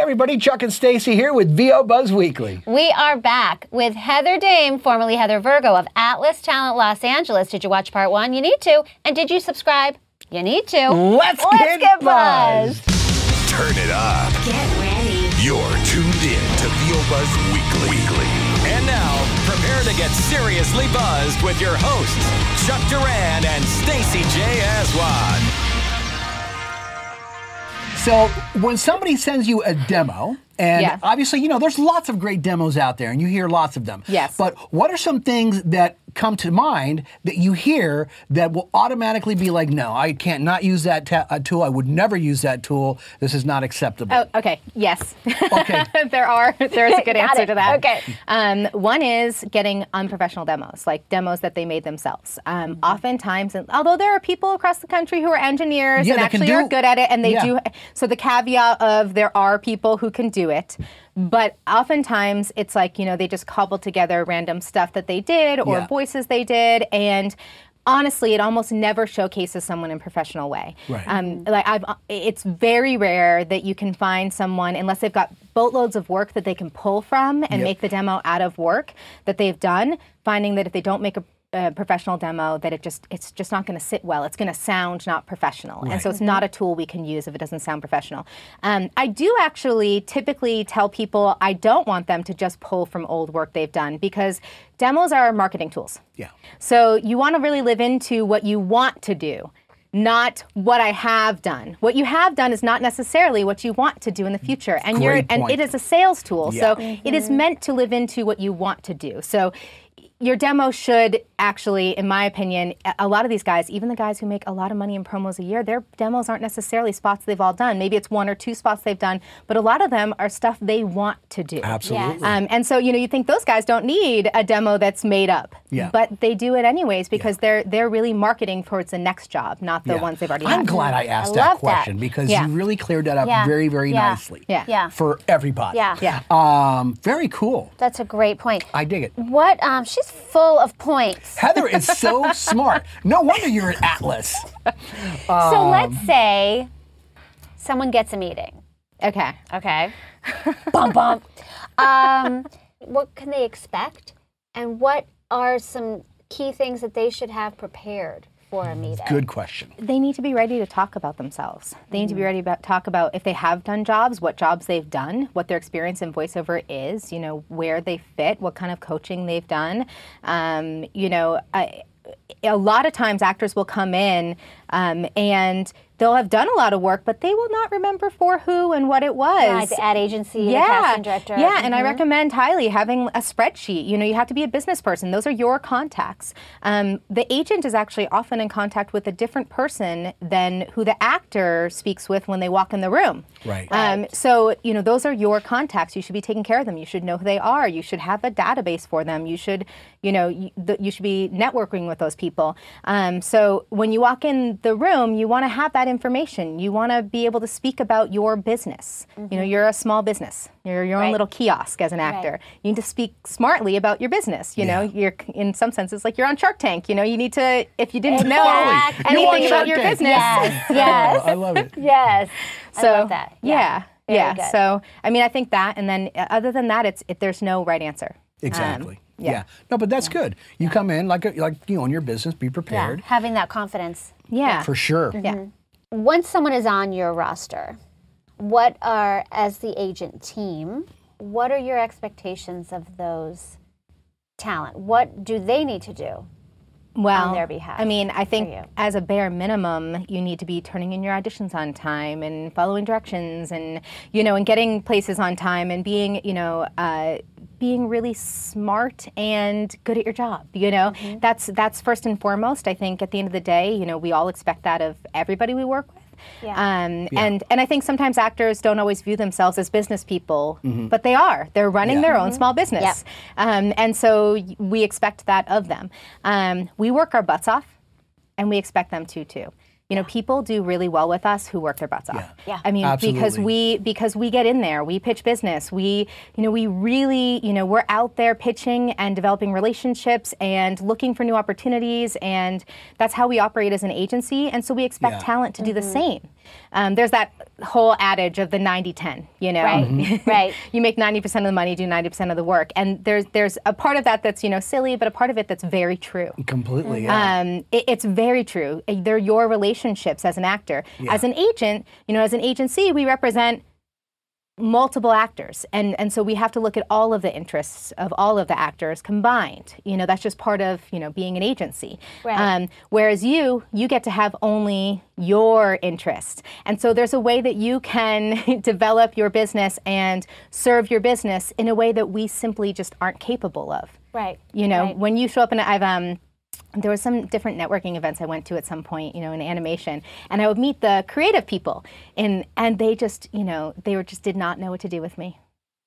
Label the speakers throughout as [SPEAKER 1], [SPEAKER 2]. [SPEAKER 1] everybody. Chuck and Stacy here with VO Buzz Weekly.
[SPEAKER 2] We are back with Heather Dame, formerly Heather Virgo of Atlas Talent Los Angeles. Did you watch part one? You need to. And did you subscribe? You need to.
[SPEAKER 1] Let's,
[SPEAKER 2] Let's get
[SPEAKER 1] buzzed.
[SPEAKER 3] Turn it up.
[SPEAKER 4] Get ready.
[SPEAKER 3] You're tuned in to VOBuzz Weekly. Weekly.
[SPEAKER 5] And now, prepare to get seriously buzzed with your hosts, Chuck Duran and Stacy J. Aswan.
[SPEAKER 1] So when somebody sends you a demo, and
[SPEAKER 6] Yeah.
[SPEAKER 1] obviously, you know, there's lots of great demos out there, and you hear lots of them.
[SPEAKER 6] Yes.
[SPEAKER 1] But what are some things that come to mind that you hear that will automatically be like, no, I can't not use that ta- uh, tool. I would never use that tool. This is not acceptable.
[SPEAKER 6] Oh, okay. Yes.
[SPEAKER 1] Okay.
[SPEAKER 6] there are. There is a good
[SPEAKER 2] Got
[SPEAKER 6] answer
[SPEAKER 2] it.
[SPEAKER 6] to that.
[SPEAKER 2] Okay.
[SPEAKER 6] Um, one is getting unprofessional demos, like demos that they made themselves. Um,
[SPEAKER 1] Mm-hmm.
[SPEAKER 6] Oftentimes, and although there are people across the country who are engineers
[SPEAKER 1] Yeah,
[SPEAKER 6] and
[SPEAKER 1] that can
[SPEAKER 6] actually are
[SPEAKER 1] do-
[SPEAKER 6] good at it, and they
[SPEAKER 1] Yeah.
[SPEAKER 6] do. So the caveat of there are people who can do it, but oftentimes it's like you know they just cobbled together random stuff that they did or
[SPEAKER 1] Yeah.
[SPEAKER 6] voices they did and. Honestly, it almost never showcases someone in a professional way.
[SPEAKER 1] Right.
[SPEAKER 6] Um, like I've, it's very rare that you can find someone unless they've got boatloads of work that they can pull from
[SPEAKER 1] Yep.
[SPEAKER 6] and make the demo out of work that they've done. Finding that if they don't make a a professional demo that it just it's just not going to sit well it's going to sound not professional and so it's not a tool we can use if it doesn't sound professional um, i do actually typically tell people i don't want them to just pull from old work they've done because demos are marketing tools
[SPEAKER 1] Yeah.
[SPEAKER 6] so you want to really live into what you want to do, not what I have done. What you have done is not necessarily what you want to do in the future. And you're
[SPEAKER 1] Great
[SPEAKER 6] and
[SPEAKER 1] point.
[SPEAKER 6] it is a sales tool. So
[SPEAKER 1] Yeah.
[SPEAKER 6] it is meant to live into what you want to do. So your demo should actually, in my opinion, a- a lot of these guys, even the guys who make a lot of money in promos a year, their demos aren't necessarily spots they've all done. Maybe it's one or two spots they've done, but a lot of them are stuff they want to do.
[SPEAKER 1] Absolutely.
[SPEAKER 6] Um, and so you know you think those guys don't need a demo that's made up,
[SPEAKER 1] Yeah.
[SPEAKER 6] but they do it anyways because they're they're really marketing towards the next job, not the
[SPEAKER 1] Yeah.
[SPEAKER 6] ones they've already.
[SPEAKER 1] I'm
[SPEAKER 6] had.
[SPEAKER 1] glad I asked
[SPEAKER 2] I
[SPEAKER 1] that
[SPEAKER 2] love that.
[SPEAKER 1] question because
[SPEAKER 6] Yeah.
[SPEAKER 1] you really cleared that up
[SPEAKER 2] Yeah.
[SPEAKER 1] very, very
[SPEAKER 2] Yeah.
[SPEAKER 1] nicely.
[SPEAKER 6] Yeah.
[SPEAKER 2] Yeah.
[SPEAKER 1] For everybody.
[SPEAKER 2] Yeah.
[SPEAKER 6] Yeah.
[SPEAKER 1] Um, very cool.
[SPEAKER 2] That's a great point.
[SPEAKER 1] I dig it.
[SPEAKER 2] What? Um, she's full of points.
[SPEAKER 1] Heather is so smart. No wonder you're an Atlas. Um,
[SPEAKER 2] so let's say someone gets a meeting.
[SPEAKER 6] Okay.
[SPEAKER 2] Okay. bump bump. Um, what can they expect, and what are some key things that they should have prepared for a meeting?
[SPEAKER 1] Good question.
[SPEAKER 6] They need to be ready to talk about themselves. They need to be ready to talk about if they have done jobs, what jobs they've done, what their experience in voiceover is, you know, where they fit, what kind of coaching they've done. Um, you know, I, a lot of times actors will come in um, and they'll have done a lot of work, but they will not remember for who and what it was.
[SPEAKER 2] Like the ad agency, the casting director. Mm-hmm.
[SPEAKER 6] Yeah, and I recommend highly having a spreadsheet. You know, you have to be a business person. Those are your contacts. Um, the agent is actually often in contact with a different person than who the actor speaks with when they walk in the room.
[SPEAKER 1] Right.
[SPEAKER 6] Um, so, you know, those are your contacts. You should be taking care of them. You should know who they are. You should have a database for them. You should, you know, you, th- you should be networking with those people. Um, so, when you walk in the room, you want to have that information. You want to be able to speak about your business. You know, you're a small business. You're your own
[SPEAKER 2] Right.
[SPEAKER 6] little kiosk as an actor. You need to speak smartly about your business. You know, you're in some senses like you're on Shark Tank. You know, you need to if
[SPEAKER 2] Mm-hmm.
[SPEAKER 6] you didn't
[SPEAKER 2] Exactly.
[SPEAKER 6] know
[SPEAKER 2] You're on
[SPEAKER 6] anything about
[SPEAKER 1] Shark
[SPEAKER 6] your
[SPEAKER 1] Tank.
[SPEAKER 6] business.
[SPEAKER 2] Yes.
[SPEAKER 1] Oh,
[SPEAKER 2] Yes.
[SPEAKER 1] I love
[SPEAKER 6] Um,
[SPEAKER 1] it.
[SPEAKER 2] yes.
[SPEAKER 6] So
[SPEAKER 2] I love that.
[SPEAKER 6] Yeah.
[SPEAKER 2] Very
[SPEAKER 6] Yeah.
[SPEAKER 2] good.
[SPEAKER 6] So I mean, I think that, and then uh, other than that, it's it, there's no right answer.
[SPEAKER 1] Exactly. yeah.
[SPEAKER 6] yeah.
[SPEAKER 1] No, but that's good. You come in like a, like you know in your business, be prepared
[SPEAKER 2] Having that confidence.
[SPEAKER 6] Yeah.
[SPEAKER 1] for sure.
[SPEAKER 6] Yeah.
[SPEAKER 2] Once someone is on your roster, what are as the agent team? What are your expectations of those talent? What do they need to do?
[SPEAKER 6] Well,
[SPEAKER 2] their behalf
[SPEAKER 6] I mean, I think
[SPEAKER 2] you.
[SPEAKER 6] as a bare minimum, you need to be turning in your auditions on time and following directions, and you know, and getting places on time, and being you know. Uh, being really smart and good at your job, you know,
[SPEAKER 2] Mm-hmm.
[SPEAKER 6] that's that's first and foremost. I think at the end of the day, you know, we all expect that of everybody we work with.
[SPEAKER 2] Yeah.
[SPEAKER 6] Um, And and I think sometimes actors don't always view themselves as business people,
[SPEAKER 2] Mm-hmm.
[SPEAKER 6] but they are. They're running their own small business, um, and so y- we expect that of them. Um, we work our butts off, and we expect them to too. You know, people do really well with us who work their butts off.
[SPEAKER 2] Yeah.
[SPEAKER 6] I mean, because
[SPEAKER 1] Absolutely.
[SPEAKER 6] we because we get in there, we pitch business. We you know we really you know we're out there pitching and developing relationships and looking for new opportunities, and that's how we operate as an agency. And so we expect
[SPEAKER 1] Yeah.
[SPEAKER 6] talent to do the same. Um, there's that whole adage of the 90-10, you know.
[SPEAKER 2] Right, Mm-hmm. right.
[SPEAKER 6] you make 90% of the money, do 90% of the work. And there's there's a part of that that's, you know, silly, but a part of it that's very true.
[SPEAKER 1] Completely. Yeah.
[SPEAKER 6] Um, it- it's very true. Uh, They're your relationships as an actor. As an agent, you know, as an agency, we represent multiple actors. And, and so we have to look at all of the interests of all of the actors combined. You know, that's just part of, you know, being an agency. Um,
[SPEAKER 2] Right.
[SPEAKER 6] whereas you, you get to have only your interest. And so there's a way that you can develop your business and serve your business in a way that we simply just aren't capable of.
[SPEAKER 2] Right.
[SPEAKER 6] You know,
[SPEAKER 2] Right.
[SPEAKER 6] when you show up and I've um there was some different networking events I went to at some point, you know, in animation, and I would meet the creative people and and they just, you know, they were just did not know what to do with me.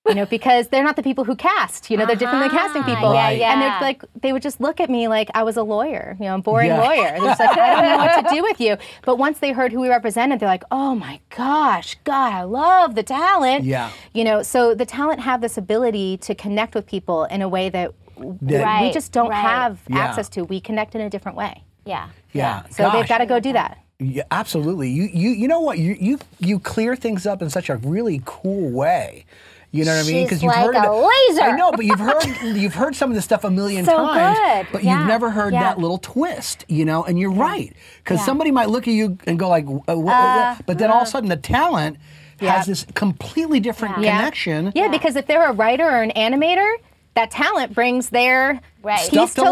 [SPEAKER 6] You know, because they're not the people who cast. You know, they're different than casting people.
[SPEAKER 2] Uh-huh. yeah,
[SPEAKER 6] And
[SPEAKER 2] yeah.
[SPEAKER 6] they're like, they would just look at me like I was a lawyer, you know, a boring
[SPEAKER 1] Yeah.
[SPEAKER 6] lawyer. They're just like, I don't know what to do with you. But once they heard who we represented, they're like, oh my gosh, God, I love the talent.
[SPEAKER 1] Yeah.
[SPEAKER 6] You know, so the talent have this ability to connect with people in a way that
[SPEAKER 1] That-
[SPEAKER 6] we
[SPEAKER 2] Right,
[SPEAKER 6] just don't
[SPEAKER 2] right.
[SPEAKER 6] have
[SPEAKER 1] Yeah.
[SPEAKER 6] access to. We connect in a different way.
[SPEAKER 2] Yeah.
[SPEAKER 1] yeah.
[SPEAKER 6] So they've
[SPEAKER 1] Gosh.
[SPEAKER 6] got to go do that.
[SPEAKER 1] Yeah, absolutely. You you you know what? You you you clear things up in such a really cool way. You know what I mean?
[SPEAKER 2] She's
[SPEAKER 1] you've
[SPEAKER 2] like
[SPEAKER 1] heard
[SPEAKER 2] a
[SPEAKER 1] about- I
[SPEAKER 2] laser.
[SPEAKER 1] know, but you've heard you've heard some of this stuff a million
[SPEAKER 2] So
[SPEAKER 1] times,
[SPEAKER 2] good.
[SPEAKER 1] but
[SPEAKER 2] Yeah,
[SPEAKER 1] you've never heard
[SPEAKER 2] yeah.
[SPEAKER 1] that little twist. You know, and you're right because somebody might look at you and go like, uh, what was that?" but then all
[SPEAKER 2] uh.
[SPEAKER 1] of a sudden the talent has this completely different
[SPEAKER 6] Yeah.
[SPEAKER 1] connection.
[SPEAKER 6] Yeah, because if they're a writer or an animator, that talent brings their
[SPEAKER 2] Right.
[SPEAKER 6] piece
[SPEAKER 1] Stuff
[SPEAKER 6] to,
[SPEAKER 1] to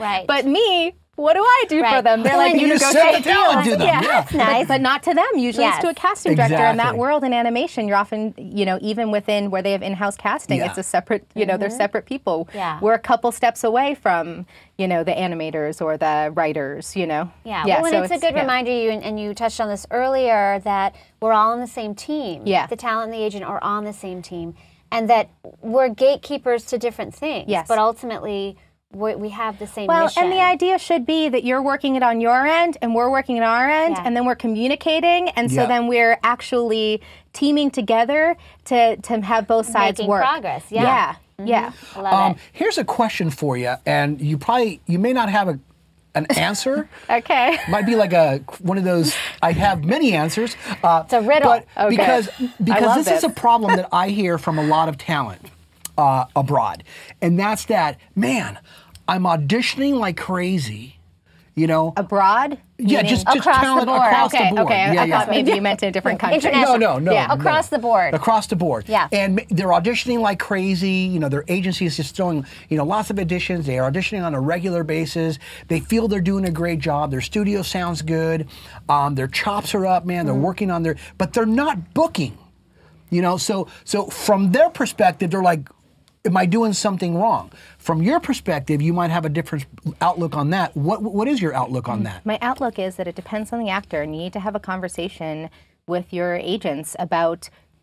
[SPEAKER 1] life.
[SPEAKER 2] Right.
[SPEAKER 6] But me, what do I do for
[SPEAKER 2] Right.
[SPEAKER 6] them? They're
[SPEAKER 1] Well,
[SPEAKER 6] like,
[SPEAKER 1] you
[SPEAKER 6] you
[SPEAKER 1] just sell the
[SPEAKER 6] negotiate
[SPEAKER 1] talent
[SPEAKER 6] deals.
[SPEAKER 1] to them, yeah.
[SPEAKER 2] That's nice.
[SPEAKER 6] But not to them. Usually
[SPEAKER 2] Yes.
[SPEAKER 6] it's to a casting director. In that
[SPEAKER 1] Exactly.
[SPEAKER 6] world, in animation, you're often, you know, even within where they have in-house casting,
[SPEAKER 1] Yeah.
[SPEAKER 6] it's a separate, you know, they're separate people.
[SPEAKER 2] Mm-hmm. Yeah.
[SPEAKER 6] We're a couple steps away from, you know, the animators or the writers, you know.
[SPEAKER 2] Yeah, well, and
[SPEAKER 6] so
[SPEAKER 2] it's, a good
[SPEAKER 6] yeah.
[SPEAKER 2] reminder, you and, and you touched on this earlier, that we're all on the same team.
[SPEAKER 6] Yeah.
[SPEAKER 2] The talent and the agent are on the same team, and that we're gatekeepers to different things.
[SPEAKER 6] Yes.
[SPEAKER 2] But ultimately, we, we have the same
[SPEAKER 6] Well,
[SPEAKER 2] mission.
[SPEAKER 6] and the idea should be that you're working it on your end and we're working it on our end,
[SPEAKER 2] Yeah.
[SPEAKER 6] and then we're communicating, and so
[SPEAKER 1] Yeah.
[SPEAKER 6] then we're actually teaming together to, to have both sides
[SPEAKER 2] Making
[SPEAKER 6] work.
[SPEAKER 2] progress, yeah. Mm-hmm.
[SPEAKER 6] Yeah. yeah.
[SPEAKER 2] I love
[SPEAKER 1] Um,
[SPEAKER 2] it.
[SPEAKER 1] here's a question for you, and you probably you may not have a an answer.
[SPEAKER 6] Okay.
[SPEAKER 1] might be like a one of those. I have many answers. Uh,
[SPEAKER 2] It's a riddle.
[SPEAKER 1] but
[SPEAKER 6] Okay.
[SPEAKER 1] because
[SPEAKER 6] love
[SPEAKER 1] because this, is
[SPEAKER 6] this.
[SPEAKER 1] a problem that I hear from a lot of talent uh, abroad, and that's that. Man, I'm auditioning like crazy. You know,
[SPEAKER 6] Abroad?
[SPEAKER 1] Yeah, just- just
[SPEAKER 6] across the
[SPEAKER 1] talent
[SPEAKER 6] board.
[SPEAKER 1] across the
[SPEAKER 6] okay,
[SPEAKER 1] board.
[SPEAKER 6] Okay, I-
[SPEAKER 1] Yeah,
[SPEAKER 6] I
[SPEAKER 1] yeah.
[SPEAKER 6] thought maybe you meant in a different country.
[SPEAKER 2] International.
[SPEAKER 1] No, no, no.
[SPEAKER 6] Yeah.
[SPEAKER 2] Across
[SPEAKER 1] no.
[SPEAKER 2] the board.
[SPEAKER 1] Across the board.
[SPEAKER 2] Yeah.
[SPEAKER 1] And ma- they're auditioning like crazy. You know, their agency is just throwing, you know, lots of auditions. They are auditioning on a regular basis. They feel they're doing a great job. Their studio sounds good. Um, their chops are up, man. They're
[SPEAKER 2] Mm.
[SPEAKER 1] working on their, but they're not booking. You know, so so from their perspective, they're like, "Am I doing something wrong?" From your perspective, you might have a different outlook on that. What what is your outlook
[SPEAKER 2] Mm.
[SPEAKER 1] on that?
[SPEAKER 6] My outlook is that it depends on the actor, and you need to have a conversation with your agents about,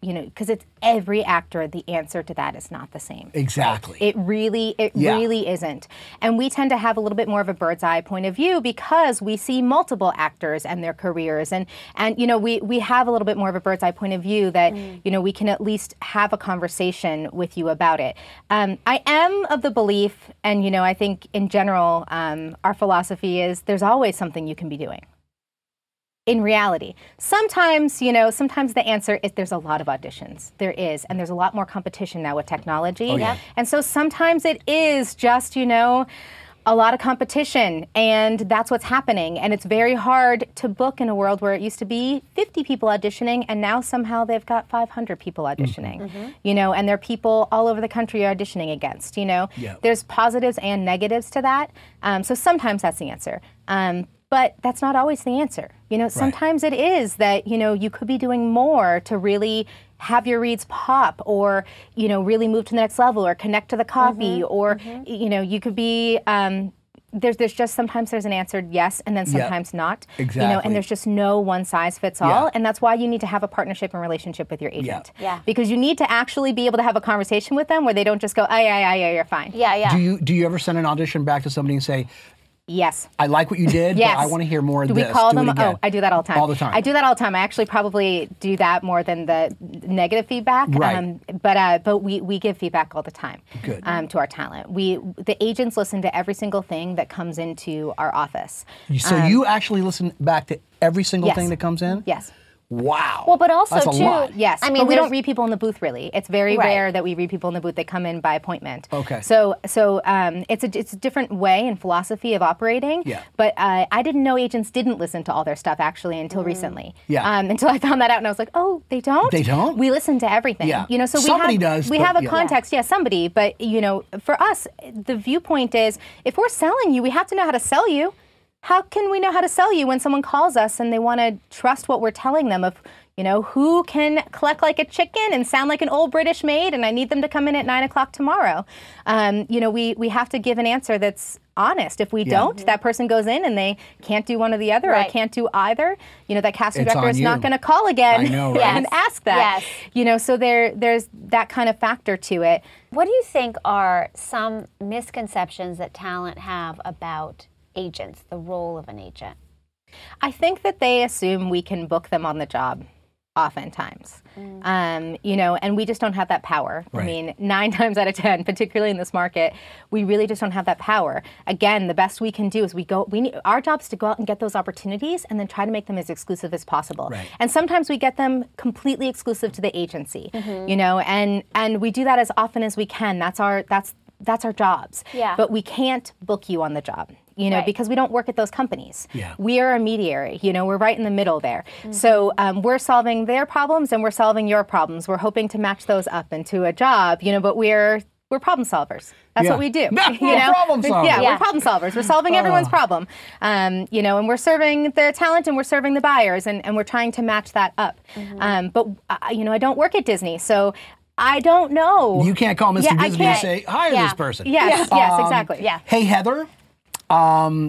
[SPEAKER 6] you know, because it's every actor, the answer to that is not the same.
[SPEAKER 1] Exactly.
[SPEAKER 6] It really, it
[SPEAKER 1] Yeah.
[SPEAKER 6] really isn't. And we tend to have a little bit more of a bird's eye point of view because we see multiple actors and their careers, and and you know we we have a little bit more of a bird's eye point of view that you know we can at least have a conversation with you about it. Um, I am of the belief, and you know I think in general um, our philosophy is there's always something you can be doing. In reality, sometimes you know, sometimes the answer is there's a lot of auditions. There is, and there's a lot more competition now with technology.
[SPEAKER 1] Oh, yeah.
[SPEAKER 6] And so sometimes it is just, you know, a lot of competition, and that's what's happening. And it's very hard to book in a world where it used to be 50 people auditioning, and now somehow they've got 500 people
[SPEAKER 1] Mm-hmm.
[SPEAKER 6] auditioning, you know, and there are people all over the country you're auditioning against, you know.
[SPEAKER 1] Yeah.
[SPEAKER 6] There's positives and negatives to that. Um, so sometimes that's the answer. Um, but that's not always the answer. You know, sometimes it is that, you know, you could be doing more to really have your reads pop or, you know, really move to the next level or connect to
[SPEAKER 2] Mm-hmm.
[SPEAKER 6] the copy or, you know, you could be. Um, there's, there's just sometimes there's an answered yes and then sometimes not. You know,
[SPEAKER 1] Exactly.
[SPEAKER 6] and there's just no one size fits all. And that's why you need to have a partnership and relationship with your agent.
[SPEAKER 2] Yeah.
[SPEAKER 6] Because you need to actually be able to have a conversation with them where they don't just go, aye, aye, aye, aye, you're fine.
[SPEAKER 2] yeah, yeah.
[SPEAKER 1] Do you do you ever send an audition back to somebody and say,
[SPEAKER 6] Yes.
[SPEAKER 1] I like what you did,
[SPEAKER 6] Yes.
[SPEAKER 1] but I want to hear more of
[SPEAKER 6] do
[SPEAKER 1] this.
[SPEAKER 6] we call
[SPEAKER 1] Do it
[SPEAKER 6] them?
[SPEAKER 1] again.
[SPEAKER 6] Oh, I do that all the time.
[SPEAKER 1] All the time.
[SPEAKER 6] I do that all the time. I actually probably do that more than the negative feedback.
[SPEAKER 1] Right.
[SPEAKER 6] but uh, but we, we give feedback all the time.
[SPEAKER 1] Good.
[SPEAKER 6] Um, to our talent, we the agents listen to every single thing that comes into our office.
[SPEAKER 1] So you actually listen back to every single
[SPEAKER 6] Um, Yes.
[SPEAKER 1] thing that comes in?
[SPEAKER 6] Yes.
[SPEAKER 1] Wow.
[SPEAKER 2] Well, but also
[SPEAKER 1] That's a
[SPEAKER 2] too,
[SPEAKER 1] lot.
[SPEAKER 6] Yes,
[SPEAKER 2] I mean,
[SPEAKER 6] but we don't
[SPEAKER 2] there's-
[SPEAKER 6] read people in the booth really. It's very
[SPEAKER 2] Right.
[SPEAKER 6] rare that we read people in the booth. They come in by appointment.
[SPEAKER 1] Okay.
[SPEAKER 6] So so um, it's a it's a different way and philosophy of operating.
[SPEAKER 1] Yeah.
[SPEAKER 6] But uh, I didn't know agents didn't listen to all their stuff actually until recently.
[SPEAKER 1] Mm. Yeah.
[SPEAKER 6] Um, until I found that out and I was like, oh, they don't.
[SPEAKER 1] They don't?
[SPEAKER 6] We listen to everything.
[SPEAKER 1] Yeah.
[SPEAKER 6] You know, so
[SPEAKER 1] Somebody
[SPEAKER 6] we have,
[SPEAKER 1] does,
[SPEAKER 6] We
[SPEAKER 1] but
[SPEAKER 6] have a
[SPEAKER 1] yeah.
[SPEAKER 6] context. Yeah, somebody. But you know, for us, the viewpoint is if we're selling you, we have to know how to sell you. How can we know how to sell you when someone calls us and they want to trust what we're telling them of, you know, who can cluck like a chicken and sound like an old British maid, and I need them to come in at nine o'clock tomorrow. Um, you know, we we have to give an answer that's honest. If we don't,
[SPEAKER 1] Mm-hmm.
[SPEAKER 6] that person goes in and they can't do one or the other,
[SPEAKER 2] Right.
[SPEAKER 6] or can't do either. You know, that casting
[SPEAKER 1] It's
[SPEAKER 6] director
[SPEAKER 1] on
[SPEAKER 6] is
[SPEAKER 1] you.
[SPEAKER 6] not going to call again
[SPEAKER 1] I know, right?
[SPEAKER 6] and ask that.
[SPEAKER 2] Yes.
[SPEAKER 6] You know, so there there's that kind of factor to it.
[SPEAKER 2] What do you think are some misconceptions that talent have about agents, the role of an agent?
[SPEAKER 6] I think that they assume we can book them on the job oftentimes.
[SPEAKER 2] Mm.
[SPEAKER 6] Um, you know, and we just don't have that power.
[SPEAKER 1] Right.
[SPEAKER 6] I mean, nine times out of ten, particularly in this market, we really just don't have that power. Again, the best we can do is we go we need our job is to go out and get those opportunities and then try to make them as exclusive as possible.
[SPEAKER 1] Right.
[SPEAKER 6] And sometimes we get them completely exclusive to the agency.
[SPEAKER 2] Mm-hmm.
[SPEAKER 6] You know, and and we do that as often as we can. That's our that's that's our jobs.
[SPEAKER 2] Yeah.
[SPEAKER 6] But we can't book you on the job. You know,
[SPEAKER 2] Right.
[SPEAKER 6] because we don't work at those companies.
[SPEAKER 1] Yeah.
[SPEAKER 6] We are a mediary. You know, we're right in the middle there. So um, we're solving their problems and we're solving your problems. We're hoping to match those up into a job. You know, but we're we're problem solvers. That's
[SPEAKER 1] Yeah.
[SPEAKER 6] what we do.
[SPEAKER 1] We're
[SPEAKER 6] you know?
[SPEAKER 1] problem solvers. Ah.
[SPEAKER 6] Yeah,
[SPEAKER 2] Yeah.
[SPEAKER 6] we're problem solvers. We're solving everyone's problem. Um, you know, and we're serving the talent and we're serving the buyers and, and we're trying to match that up. Um, but uh, you know, I don't work at Disney, so I don't know.
[SPEAKER 1] You can't call Mr.
[SPEAKER 6] Yeah, I
[SPEAKER 1] Disney and
[SPEAKER 6] can't-
[SPEAKER 1] say, Um, hire
[SPEAKER 2] Yeah.
[SPEAKER 1] this person.
[SPEAKER 6] Yes. Yes. Exactly.
[SPEAKER 2] Yeah.
[SPEAKER 1] Hey, Heather. Um,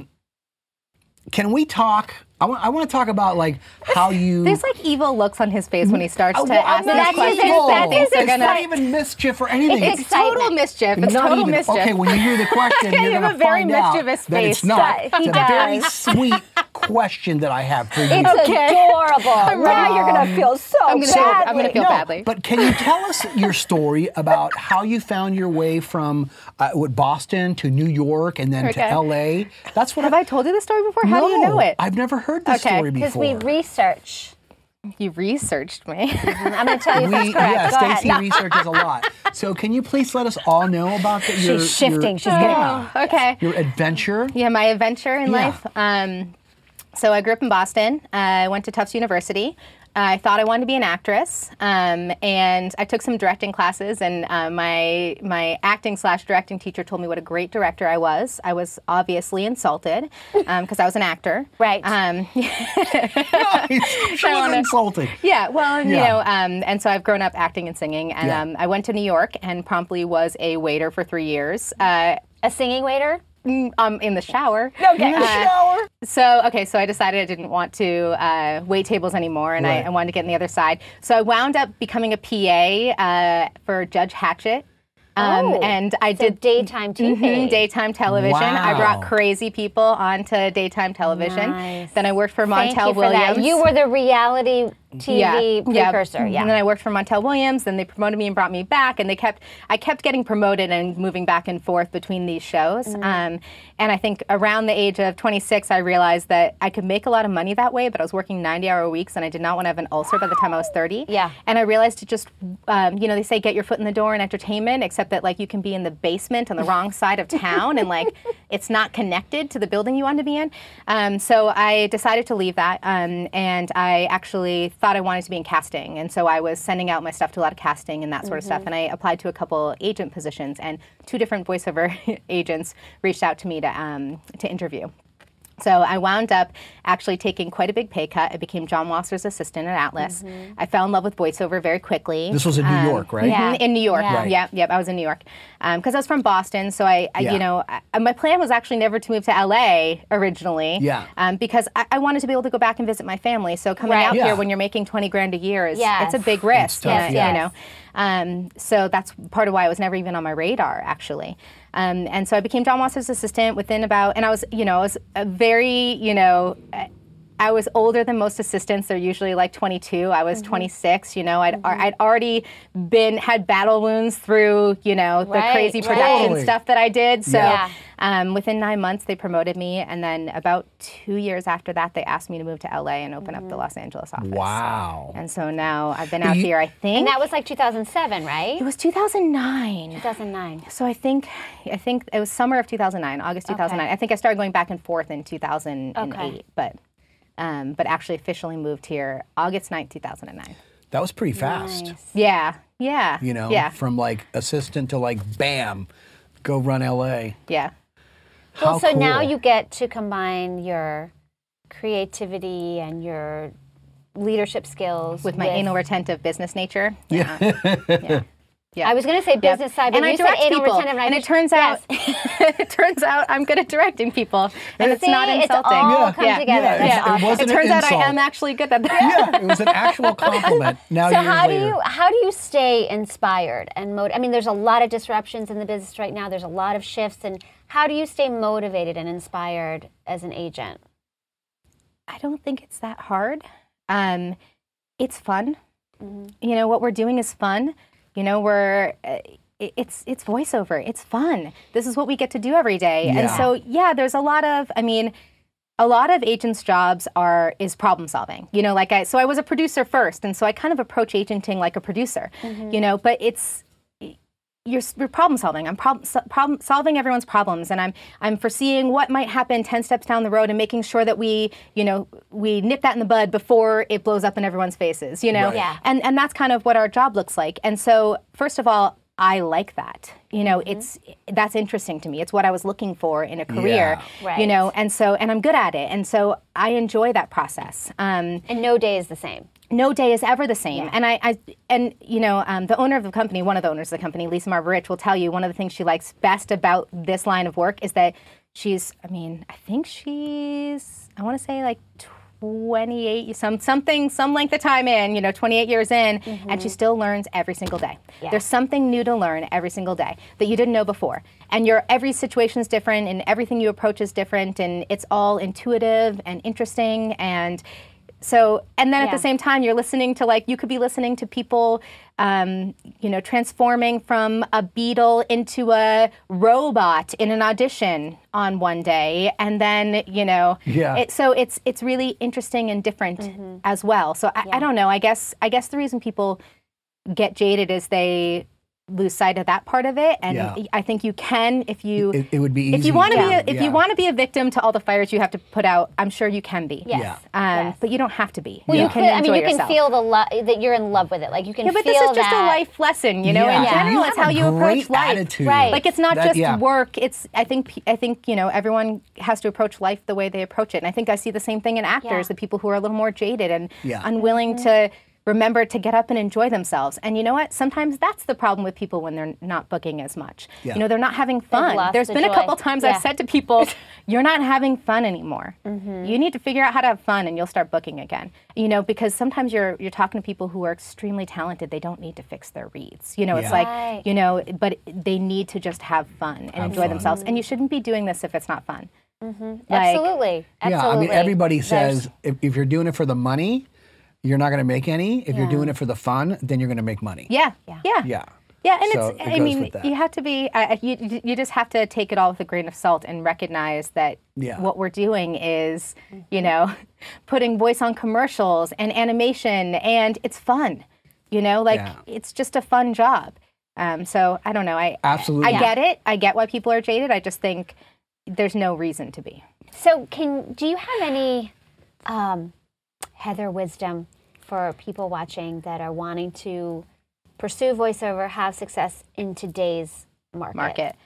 [SPEAKER 1] can we talk? I want, I want to talk about like how you.
[SPEAKER 6] There's like evil looks on his face when he starts
[SPEAKER 1] Oh,
[SPEAKER 6] to
[SPEAKER 1] well,
[SPEAKER 6] ask
[SPEAKER 1] I'm
[SPEAKER 6] that
[SPEAKER 1] not
[SPEAKER 2] his-
[SPEAKER 6] question.
[SPEAKER 1] evil.
[SPEAKER 6] That is
[SPEAKER 1] it's
[SPEAKER 6] gonna-
[SPEAKER 1] not even mischief or anything.
[SPEAKER 6] It's total
[SPEAKER 2] excitement.
[SPEAKER 6] mischief. It's
[SPEAKER 1] not
[SPEAKER 6] total
[SPEAKER 1] even,
[SPEAKER 6] mischief.
[SPEAKER 1] Okay, when you hear the question,
[SPEAKER 6] Okay,
[SPEAKER 1] you're
[SPEAKER 6] you
[SPEAKER 1] going
[SPEAKER 6] have
[SPEAKER 1] to
[SPEAKER 6] a very
[SPEAKER 1] find out
[SPEAKER 6] mischievous
[SPEAKER 1] that it's
[SPEAKER 6] face.
[SPEAKER 1] not.
[SPEAKER 2] He
[SPEAKER 1] It's a
[SPEAKER 2] does.
[SPEAKER 1] very sweet question that I have for you.
[SPEAKER 2] It's
[SPEAKER 6] Okay.
[SPEAKER 2] adorable. now you're gonna feel so
[SPEAKER 6] I'm gonna feel- I'm
[SPEAKER 2] badly.
[SPEAKER 6] gonna feel-
[SPEAKER 1] no,
[SPEAKER 6] badly.
[SPEAKER 1] But can you tell us your story about how you found your way from uh, what, Boston to New York and then
[SPEAKER 6] Okay.
[SPEAKER 1] to LA? That's what
[SPEAKER 6] Have
[SPEAKER 1] I.
[SPEAKER 6] I told you this story before? How do you
[SPEAKER 1] No,
[SPEAKER 6] know it?
[SPEAKER 1] I've never heard this
[SPEAKER 6] Okay,
[SPEAKER 1] story
[SPEAKER 2] Because
[SPEAKER 1] before.
[SPEAKER 2] we research.
[SPEAKER 6] you researched me.
[SPEAKER 2] I'm gonna tell you if that's
[SPEAKER 1] We-
[SPEAKER 2] correct.
[SPEAKER 1] yeah,
[SPEAKER 2] Go ahead.
[SPEAKER 1] Stacy researches a lot. So can you please let us all know about the, your,
[SPEAKER 2] She's shifting.
[SPEAKER 1] Your,
[SPEAKER 2] She's getting-
[SPEAKER 1] yeah,
[SPEAKER 6] Oh, okay.
[SPEAKER 1] your adventure.
[SPEAKER 6] Yeah, my adventure in
[SPEAKER 1] Yeah.
[SPEAKER 6] life. Um, so I grew up in Boston. I went to Tufts University. I thought I wanted to be an actress, um, and I took some directing classes. And uh, my my acting slash directing teacher told me what a great director I was. I was obviously insulted because I was an actor.
[SPEAKER 2] Right.
[SPEAKER 6] Um,
[SPEAKER 1] she was insulting.
[SPEAKER 6] Yeah, well, and,
[SPEAKER 1] Yeah.
[SPEAKER 6] you know, um, and so I've grown up acting and singing, and
[SPEAKER 1] Yeah.
[SPEAKER 6] um, I went to New York and promptly was a waiter for three years. Uh,
[SPEAKER 2] A singing waiter.
[SPEAKER 6] um, in the shower.
[SPEAKER 2] Okay.
[SPEAKER 6] Uh, So okay, so I decided I didn't want to uh, wait tables anymore, and
[SPEAKER 1] Right.
[SPEAKER 6] I, I wanted to get on the other side. So I wound up becoming a PA uh, for Judge Hatchett, um,
[SPEAKER 2] Oh,
[SPEAKER 6] and I
[SPEAKER 2] So
[SPEAKER 6] did
[SPEAKER 2] daytime TV.
[SPEAKER 6] Mhm, daytime television. I brought
[SPEAKER 1] Wow.
[SPEAKER 6] crazy people onto daytime television.
[SPEAKER 2] Nice.
[SPEAKER 6] Then I worked for Montel
[SPEAKER 2] Thank you for
[SPEAKER 6] Williams.
[SPEAKER 2] that. You were the reality TV precursor. Yeah.
[SPEAKER 6] And then I worked for Montel Williams, then they promoted me and brought me back, and they kept I kept getting promoted and moving back and forth between these shows.
[SPEAKER 2] Mm.
[SPEAKER 6] Um, and I think around the age of 26, I realized that I could make a lot of money that way, but I was working 90-hour weeks, and I did not want to have an ulcer by the time I was 30.
[SPEAKER 2] Yeah.
[SPEAKER 6] And I realized it just, um, you know, they say get your foot in the door in entertainment, except that like you can be in the basement on the wrong side of town, and like it's not connected to the building you want to be in. Um, so I decided to leave that, um, and I actually thought I wanted to be in casting, and so I was sending out my stuff to a lot of casting and that sort of stuff. And I applied to a couple agent positions, and two different voiceover agents reached out to me to um, to interview. So I wound up actually taking quite a big pay cut. I became John Wasser's assistant at Atlas. I fell in love with voiceover very quickly.
[SPEAKER 1] This was in New York, right?
[SPEAKER 2] yeah.
[SPEAKER 6] In New York,
[SPEAKER 2] Yeah.
[SPEAKER 6] yeah,
[SPEAKER 1] Right.
[SPEAKER 6] yep, yep, I was in New York because I was from Boston, so I, I
[SPEAKER 1] Yeah.
[SPEAKER 6] you know, I, my plan was actually never to move to LA originally.
[SPEAKER 1] Yeah.
[SPEAKER 6] Um, because I, I wanted to be able to go back and visit my family. So coming
[SPEAKER 2] Right.
[SPEAKER 6] out
[SPEAKER 1] Yeah.
[SPEAKER 6] here when you're making 20 grand a year is
[SPEAKER 2] Yes.
[SPEAKER 6] it's a big risk.
[SPEAKER 1] tough,
[SPEAKER 6] uh,
[SPEAKER 1] yeah.
[SPEAKER 6] You know, um, so that's part of why it was never even on my radar, actually. Um, and so I became John Wasser's assistant within about, and I was, you know, I was a very, you know, I was older than most assistants. They're usually like 22. I
[SPEAKER 2] Mm-hmm.
[SPEAKER 6] was 26. You know, I'd ar- I'd already been had battle wounds through you know
[SPEAKER 2] Right,
[SPEAKER 6] the crazy
[SPEAKER 2] right.
[SPEAKER 6] production
[SPEAKER 1] Totally.
[SPEAKER 6] stuff that I did. So
[SPEAKER 2] Yeah.
[SPEAKER 6] um, within nine months, they promoted me, and then about two years after that, they asked me to move to LA and open up
[SPEAKER 2] Mm-hmm.
[SPEAKER 6] the Los Angeles office.
[SPEAKER 1] Wow.
[SPEAKER 6] And so now I've been out
[SPEAKER 1] You-
[SPEAKER 6] here. I think
[SPEAKER 2] And that was like 2007, right?
[SPEAKER 6] it was 2009.
[SPEAKER 2] 2009.
[SPEAKER 6] So I think I think it was summer of 2009, August 2009. I think I started going back and forth in 2008,
[SPEAKER 2] Okay.
[SPEAKER 6] but um, but actually officially moved here August 9, 2009.
[SPEAKER 1] That was pretty fast.
[SPEAKER 6] Yeah. Yeah.
[SPEAKER 1] You know,
[SPEAKER 6] Yeah.
[SPEAKER 1] from like assistant to like bam, go run LA.
[SPEAKER 6] yeah.
[SPEAKER 1] How
[SPEAKER 2] Well, so now
[SPEAKER 1] cool.
[SPEAKER 2] you get to combine your creativity and your leadership skills
[SPEAKER 6] With my anal retentive business nature. Yeah.
[SPEAKER 2] I was going to say business side, but
[SPEAKER 6] and
[SPEAKER 2] you
[SPEAKER 6] I
[SPEAKER 2] said
[SPEAKER 6] direct
[SPEAKER 2] anal
[SPEAKER 6] people.
[SPEAKER 2] retentive,
[SPEAKER 6] and it
[SPEAKER 2] think-
[SPEAKER 6] turns out,
[SPEAKER 2] yes.
[SPEAKER 6] it turns out I'm good at directing people, and it's
[SPEAKER 2] See,
[SPEAKER 6] not
[SPEAKER 2] it's
[SPEAKER 6] insulting.
[SPEAKER 2] all
[SPEAKER 1] Yeah.
[SPEAKER 2] come
[SPEAKER 1] Yeah.
[SPEAKER 2] together.
[SPEAKER 1] Yeah,
[SPEAKER 2] That's
[SPEAKER 1] it's- it
[SPEAKER 2] awesome.
[SPEAKER 1] wasn't
[SPEAKER 6] It
[SPEAKER 1] an
[SPEAKER 6] turns out I
[SPEAKER 1] insult.
[SPEAKER 6] am actually good at that.
[SPEAKER 1] Yeah, it was an actual compliment. Now
[SPEAKER 2] So
[SPEAKER 1] years
[SPEAKER 2] how do
[SPEAKER 1] Oh, later.
[SPEAKER 2] you how do you stay inspired and motivated? I mean, there's a lot of disruptions in the business right now. There's a lot of shifts, and how do you stay motivated and inspired as an agent?
[SPEAKER 6] I don't think it's that hard. Um, it's fun. You know what we're doing is fun. You know we're uh, i- it's it's voiceover. It's fun. This is what we get to do every day. And
[SPEAKER 1] Yeah.
[SPEAKER 6] so yeah, there's a lot of I mean a lot of agents' jobs are is problem solving. You know, like I so I was a producer first, and so I kind of approach agenting like a producer. You know, but it's you're, s- you're problem solving. I'm problem, so, problem solving everyone's problems, and I'm I'm foreseeing what might happen ten steps down the road, and making sure that we you know we nip that in the bud before it blows up in everyone's faces. You know,
[SPEAKER 1] Right.
[SPEAKER 2] Yeah.
[SPEAKER 6] and and that's kind of what our job looks like. And so, first of all, I like that. You know,
[SPEAKER 2] Mm-hmm.
[SPEAKER 6] it's that's interesting to me. It's what I was looking for in a career.
[SPEAKER 1] Yeah.
[SPEAKER 2] Right.
[SPEAKER 6] You know, and so and I'm good at it, and so I enjoy that process. Um,
[SPEAKER 2] And no day is the same.
[SPEAKER 6] no day is ever the same. And I, I and you know, um, the owner of the company, one of the owners of the company, Lisa Marbarich, will tell you one of the things she likes best about this line of work is that she's. I mean, I think she's. I want to say like. 28 some something some length of time in you know 28 years in and she still learns every single day there's something new to learn every single day that you didn't know before and your every situation is different and everything you approach is different and it's all intuitive and interesting and so, and then at
[SPEAKER 2] Yeah.
[SPEAKER 6] the same time, you're listening to like you could be listening to people, um, you know, transforming from a beetle into a robot in an audition on one day, and then you know,
[SPEAKER 1] Yeah.
[SPEAKER 6] It, so it's it's really interesting and different as well. So I, I don't know. I guess I guess the reason people get jaded is they lose sight of that part of it, and
[SPEAKER 1] Yeah.
[SPEAKER 6] I think you can if you
[SPEAKER 1] It- it would be
[SPEAKER 6] if
[SPEAKER 1] easy
[SPEAKER 6] you want to
[SPEAKER 1] to-
[SPEAKER 6] be a, if
[SPEAKER 1] yeah.
[SPEAKER 6] you want to be a victim to all the fires you have to put out. I'm sure you can be.
[SPEAKER 2] Yes.
[SPEAKER 6] Um,
[SPEAKER 2] yes.
[SPEAKER 6] But you don't have to be.
[SPEAKER 2] Well,
[SPEAKER 6] you
[SPEAKER 2] you
[SPEAKER 6] can
[SPEAKER 2] feel- I
[SPEAKER 6] enjoy
[SPEAKER 2] mean, you
[SPEAKER 6] yourself.
[SPEAKER 2] can feel the lo- that you're in love with it. Like you can
[SPEAKER 6] yeah, but
[SPEAKER 2] feel
[SPEAKER 6] this is just
[SPEAKER 2] that.
[SPEAKER 6] a life lesson, you know.
[SPEAKER 1] Yeah.
[SPEAKER 6] In
[SPEAKER 1] Yeah.
[SPEAKER 6] general,
[SPEAKER 1] You
[SPEAKER 6] it's
[SPEAKER 1] have
[SPEAKER 6] how
[SPEAKER 1] a
[SPEAKER 6] you approach
[SPEAKER 1] great
[SPEAKER 6] life.
[SPEAKER 1] attitude.
[SPEAKER 2] Right.
[SPEAKER 6] Like it's not
[SPEAKER 1] That-
[SPEAKER 6] just
[SPEAKER 1] yeah.
[SPEAKER 6] work. It's I think I think you know everyone has to approach life the way they approach it, and I think I see the same thing in actors,
[SPEAKER 2] Yeah. Mm-hmm.
[SPEAKER 6] the people who are a little more jaded and
[SPEAKER 1] Yeah.
[SPEAKER 6] unwilling to remember to get up and enjoy themselves. And you know what? Sometimes that's the problem with people when they're not booking as much.
[SPEAKER 1] Yeah.
[SPEAKER 6] You know, they're not having fun.
[SPEAKER 2] lost
[SPEAKER 6] There's
[SPEAKER 2] the
[SPEAKER 6] been
[SPEAKER 2] joy.
[SPEAKER 6] a couple times
[SPEAKER 2] Yeah.
[SPEAKER 6] I've said to people, "You're not having fun anymore.
[SPEAKER 2] Mm-hmm.
[SPEAKER 6] You need to figure out how to have fun, and you'll start booking again." You know, because sometimes you're you're talking to people who are extremely talented. They don't need to fix their reads. You know, it's
[SPEAKER 1] Yeah.
[SPEAKER 6] like
[SPEAKER 2] Right.
[SPEAKER 6] you know, but they need to just have fun and enjoy themselves. And you shouldn't be doing this if it's not fun. Like,
[SPEAKER 2] Absolutely.
[SPEAKER 1] Yeah, I
[SPEAKER 2] Absolutely.
[SPEAKER 1] mean, everybody
[SPEAKER 2] There's-
[SPEAKER 1] says if, if you're doing it for the money, you're not going to make any. If you're doing it for the fun, then you're going to make money.
[SPEAKER 6] Yeah. Yeah. Yeah.
[SPEAKER 1] Yeah.
[SPEAKER 6] and
[SPEAKER 1] So
[SPEAKER 6] it's,
[SPEAKER 1] it
[SPEAKER 6] I
[SPEAKER 1] goes
[SPEAKER 6] mean,
[SPEAKER 1] with that.
[SPEAKER 6] you have to be, uh, you, you- you just have to take it all with a grain of salt and recognize that
[SPEAKER 1] Yeah.
[SPEAKER 6] what we're doing is, you know, putting voice on commercials and animation, and it's fun. You know, like
[SPEAKER 1] Yeah.
[SPEAKER 6] it's just a fun job. Um, so I don't know. I
[SPEAKER 1] Absolutely.
[SPEAKER 6] I get it. I get why people are jaded. I just think there's no reason to be.
[SPEAKER 2] So, can do you have any um, Heather wisdom for people watching that are wanting to pursue voiceover, have success in today's market?
[SPEAKER 6] market?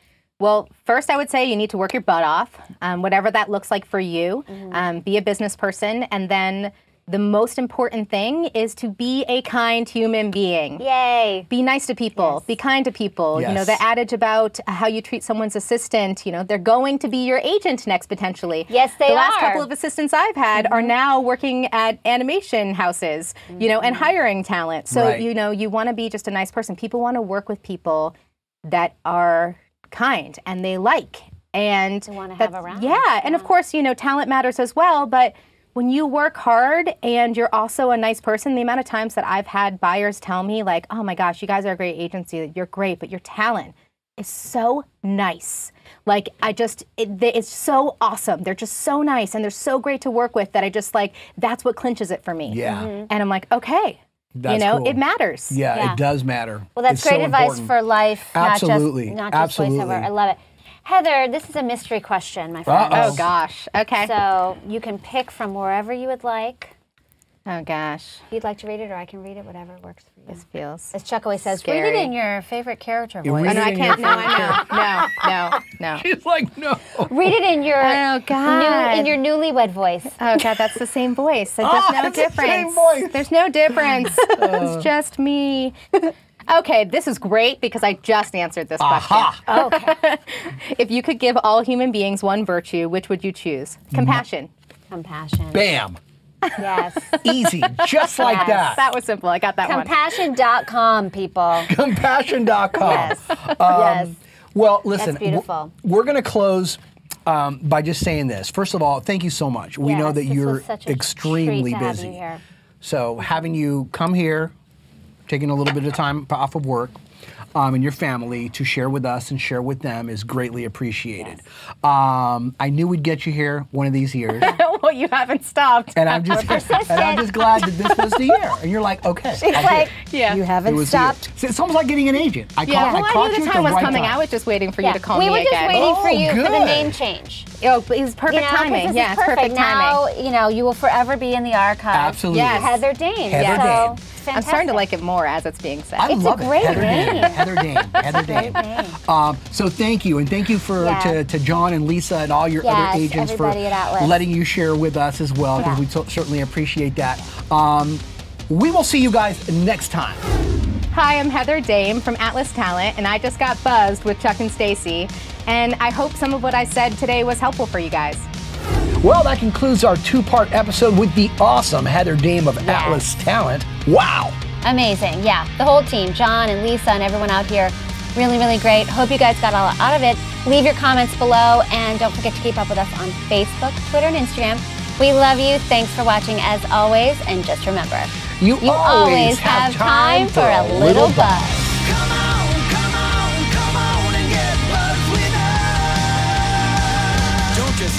[SPEAKER 6] Well, first, I would say you need to work your butt off, um, whatever that looks like for you.
[SPEAKER 2] Mm-hmm.
[SPEAKER 6] Um, be a business person, and then the most important thing is to be a kind human being.
[SPEAKER 2] Yay!
[SPEAKER 6] Be nice to people. Be kind to people. You know
[SPEAKER 1] Yes.
[SPEAKER 6] the adage about how you treat someone's assistant. You know they're going to be your agent next potentially.
[SPEAKER 2] Yes, they
[SPEAKER 6] The last
[SPEAKER 2] are. Mm-hmm.
[SPEAKER 6] couple of assistants I've had are now working at animation houses. You know
[SPEAKER 2] Mm-hmm.
[SPEAKER 6] and hiring talent. So
[SPEAKER 1] Right.
[SPEAKER 6] you know you want to be just a nice person. People want to work with people that are kind and they like and
[SPEAKER 2] wanna have
[SPEAKER 6] that's-
[SPEAKER 2] around.
[SPEAKER 6] Yeah, and of course you know talent matters as well, but when you work hard and you're also a nice person, the amount of times that I've had buyers tell me, like, oh my gosh, you guys are a great agency, you're great, but your talent is so nice. Like, I just, it, they- it's so awesome. They're just so nice and they're so great to work with that I just like, that's what clinches it for me.
[SPEAKER 1] Yeah.
[SPEAKER 2] Mm-hmm.
[SPEAKER 6] And I'm like, okay,
[SPEAKER 1] That's
[SPEAKER 6] you know,
[SPEAKER 1] cool.
[SPEAKER 6] it matters.
[SPEAKER 1] Yeah,
[SPEAKER 2] Yeah.
[SPEAKER 1] it does matter.
[SPEAKER 2] Well, that's
[SPEAKER 1] It's
[SPEAKER 2] great
[SPEAKER 1] so
[SPEAKER 2] advice
[SPEAKER 1] important.
[SPEAKER 2] for life.
[SPEAKER 1] Absolutely.
[SPEAKER 2] Not just, not just
[SPEAKER 1] Absolutely.
[SPEAKER 2] voiceover. I love it. Heather, this is a mystery question, my friend.
[SPEAKER 1] Uh-oh.
[SPEAKER 6] Oh gosh. Okay.
[SPEAKER 2] So you can pick from wherever you would like.
[SPEAKER 6] oh gosh.
[SPEAKER 2] If you'd like to read it, or I can read it, whatever works for you.
[SPEAKER 6] This feels.
[SPEAKER 2] As Chuck always says, read
[SPEAKER 6] Scary.
[SPEAKER 2] it in your favorite character
[SPEAKER 1] You
[SPEAKER 2] voice.
[SPEAKER 1] read
[SPEAKER 6] Oh, no,
[SPEAKER 1] it
[SPEAKER 6] I
[SPEAKER 1] in
[SPEAKER 6] can't.
[SPEAKER 1] your
[SPEAKER 6] No, I know. No, no, no.
[SPEAKER 1] She's like, no.
[SPEAKER 2] Read it in your
[SPEAKER 6] Oh, God.
[SPEAKER 2] new, in your newlywed voice.
[SPEAKER 6] Oh god, that's the same voice. Like, there's
[SPEAKER 1] Oh,
[SPEAKER 6] no
[SPEAKER 1] it's the same
[SPEAKER 6] difference.
[SPEAKER 1] voice. Oh.
[SPEAKER 6] There's no difference. it's just me. Okay, this is great because I just answered this
[SPEAKER 1] Aha.
[SPEAKER 6] question. If you could give all human beings one virtue, which would you choose?
[SPEAKER 1] Mm-hmm.
[SPEAKER 6] Compassion.
[SPEAKER 2] Compassion.
[SPEAKER 1] Bam.
[SPEAKER 2] Yes.
[SPEAKER 1] Easy. Just like
[SPEAKER 2] Yes.
[SPEAKER 1] that.
[SPEAKER 6] That was simple. I got that one.
[SPEAKER 2] Compassion.com, people.
[SPEAKER 1] Compassion.com.
[SPEAKER 2] Yes. yes.
[SPEAKER 1] Um, Well, listen, w-
[SPEAKER 2] beautiful.
[SPEAKER 1] we're going to close um, by just saying this. First of all, thank you so much. We know
[SPEAKER 2] Yes,
[SPEAKER 1] that
[SPEAKER 2] this was
[SPEAKER 1] you're
[SPEAKER 2] such a
[SPEAKER 1] extremely
[SPEAKER 2] treat to have
[SPEAKER 1] busy.
[SPEAKER 2] you here.
[SPEAKER 1] So having you come here, taking a little bit of time off of work, um, and your family to share with us and share with them is greatly appreciated. Um, I knew we'd get you here one of these years,
[SPEAKER 6] well, you haven't stopped.
[SPEAKER 1] and I'm just and I'm just glad that this was the year. And you're like, okay, I did it.
[SPEAKER 2] Like,
[SPEAKER 6] Yeah.
[SPEAKER 2] you
[SPEAKER 1] It
[SPEAKER 2] haven't
[SPEAKER 1] was the year.
[SPEAKER 2] stopped.
[SPEAKER 1] So It's almost like getting an agent. I
[SPEAKER 6] yeah,
[SPEAKER 1] caught,
[SPEAKER 6] well,
[SPEAKER 1] I
[SPEAKER 6] I,
[SPEAKER 1] caught
[SPEAKER 6] knew
[SPEAKER 1] you
[SPEAKER 6] the
[SPEAKER 1] at
[SPEAKER 6] time
[SPEAKER 1] the
[SPEAKER 6] was
[SPEAKER 1] right
[SPEAKER 6] coming.
[SPEAKER 1] time.
[SPEAKER 6] I was just waiting for you to call
[SPEAKER 2] we
[SPEAKER 6] me
[SPEAKER 2] were just
[SPEAKER 6] again.
[SPEAKER 2] waiting for
[SPEAKER 1] Oh,
[SPEAKER 2] you for the
[SPEAKER 1] good.
[SPEAKER 2] name change.
[SPEAKER 6] Oh, but it was perfect
[SPEAKER 2] you know, 'cause
[SPEAKER 6] timing.
[SPEAKER 2] this is
[SPEAKER 6] yeah, it's perfect,
[SPEAKER 2] now,
[SPEAKER 6] timing.
[SPEAKER 2] you know, you will forever be in the archive.
[SPEAKER 1] Absolutely.
[SPEAKER 6] Yes.
[SPEAKER 2] Heather Dane.
[SPEAKER 1] Heather
[SPEAKER 2] so,
[SPEAKER 1] Dane.
[SPEAKER 6] I'm starting
[SPEAKER 2] fantastic.
[SPEAKER 6] to like it more as it's being said.
[SPEAKER 1] I
[SPEAKER 2] It's a
[SPEAKER 1] love
[SPEAKER 2] great
[SPEAKER 1] it. Heather Dane.
[SPEAKER 2] name.
[SPEAKER 1] Heather Dane. Heather Dane. Um, so thank you, and thank you for
[SPEAKER 2] Yeah.
[SPEAKER 1] to, to John and Lisa and all your
[SPEAKER 2] Yes,
[SPEAKER 1] other agents for
[SPEAKER 2] everybody at Atlas.
[SPEAKER 1] letting you share with us as well, because
[SPEAKER 2] Yeah.
[SPEAKER 1] we so- certainly appreciate that. Um, we will see you guys next time.
[SPEAKER 6] Hi, I'm Heather Dame from Atlas Talent, and I just got buzzed with Chuck and Stacy. And I hope some of what I said today was helpful for you guys.
[SPEAKER 1] Well, that concludes our two-part episode with the awesome Heather Dame of Atlas Talent. Wow.
[SPEAKER 2] Amazing. Yeah. The whole team, John and Lisa and everyone out here. Really, really great. Hope you guys got all out of it. Leave your comments below and don't forget to keep up with us on Facebook, Twitter, and Instagram. We love you. Thanks for watching as always. And just remember,
[SPEAKER 1] You always have time for a little
[SPEAKER 2] buzz.
[SPEAKER 3] Come on, come on, come on and get buzzed with us.
[SPEAKER 5] Don't just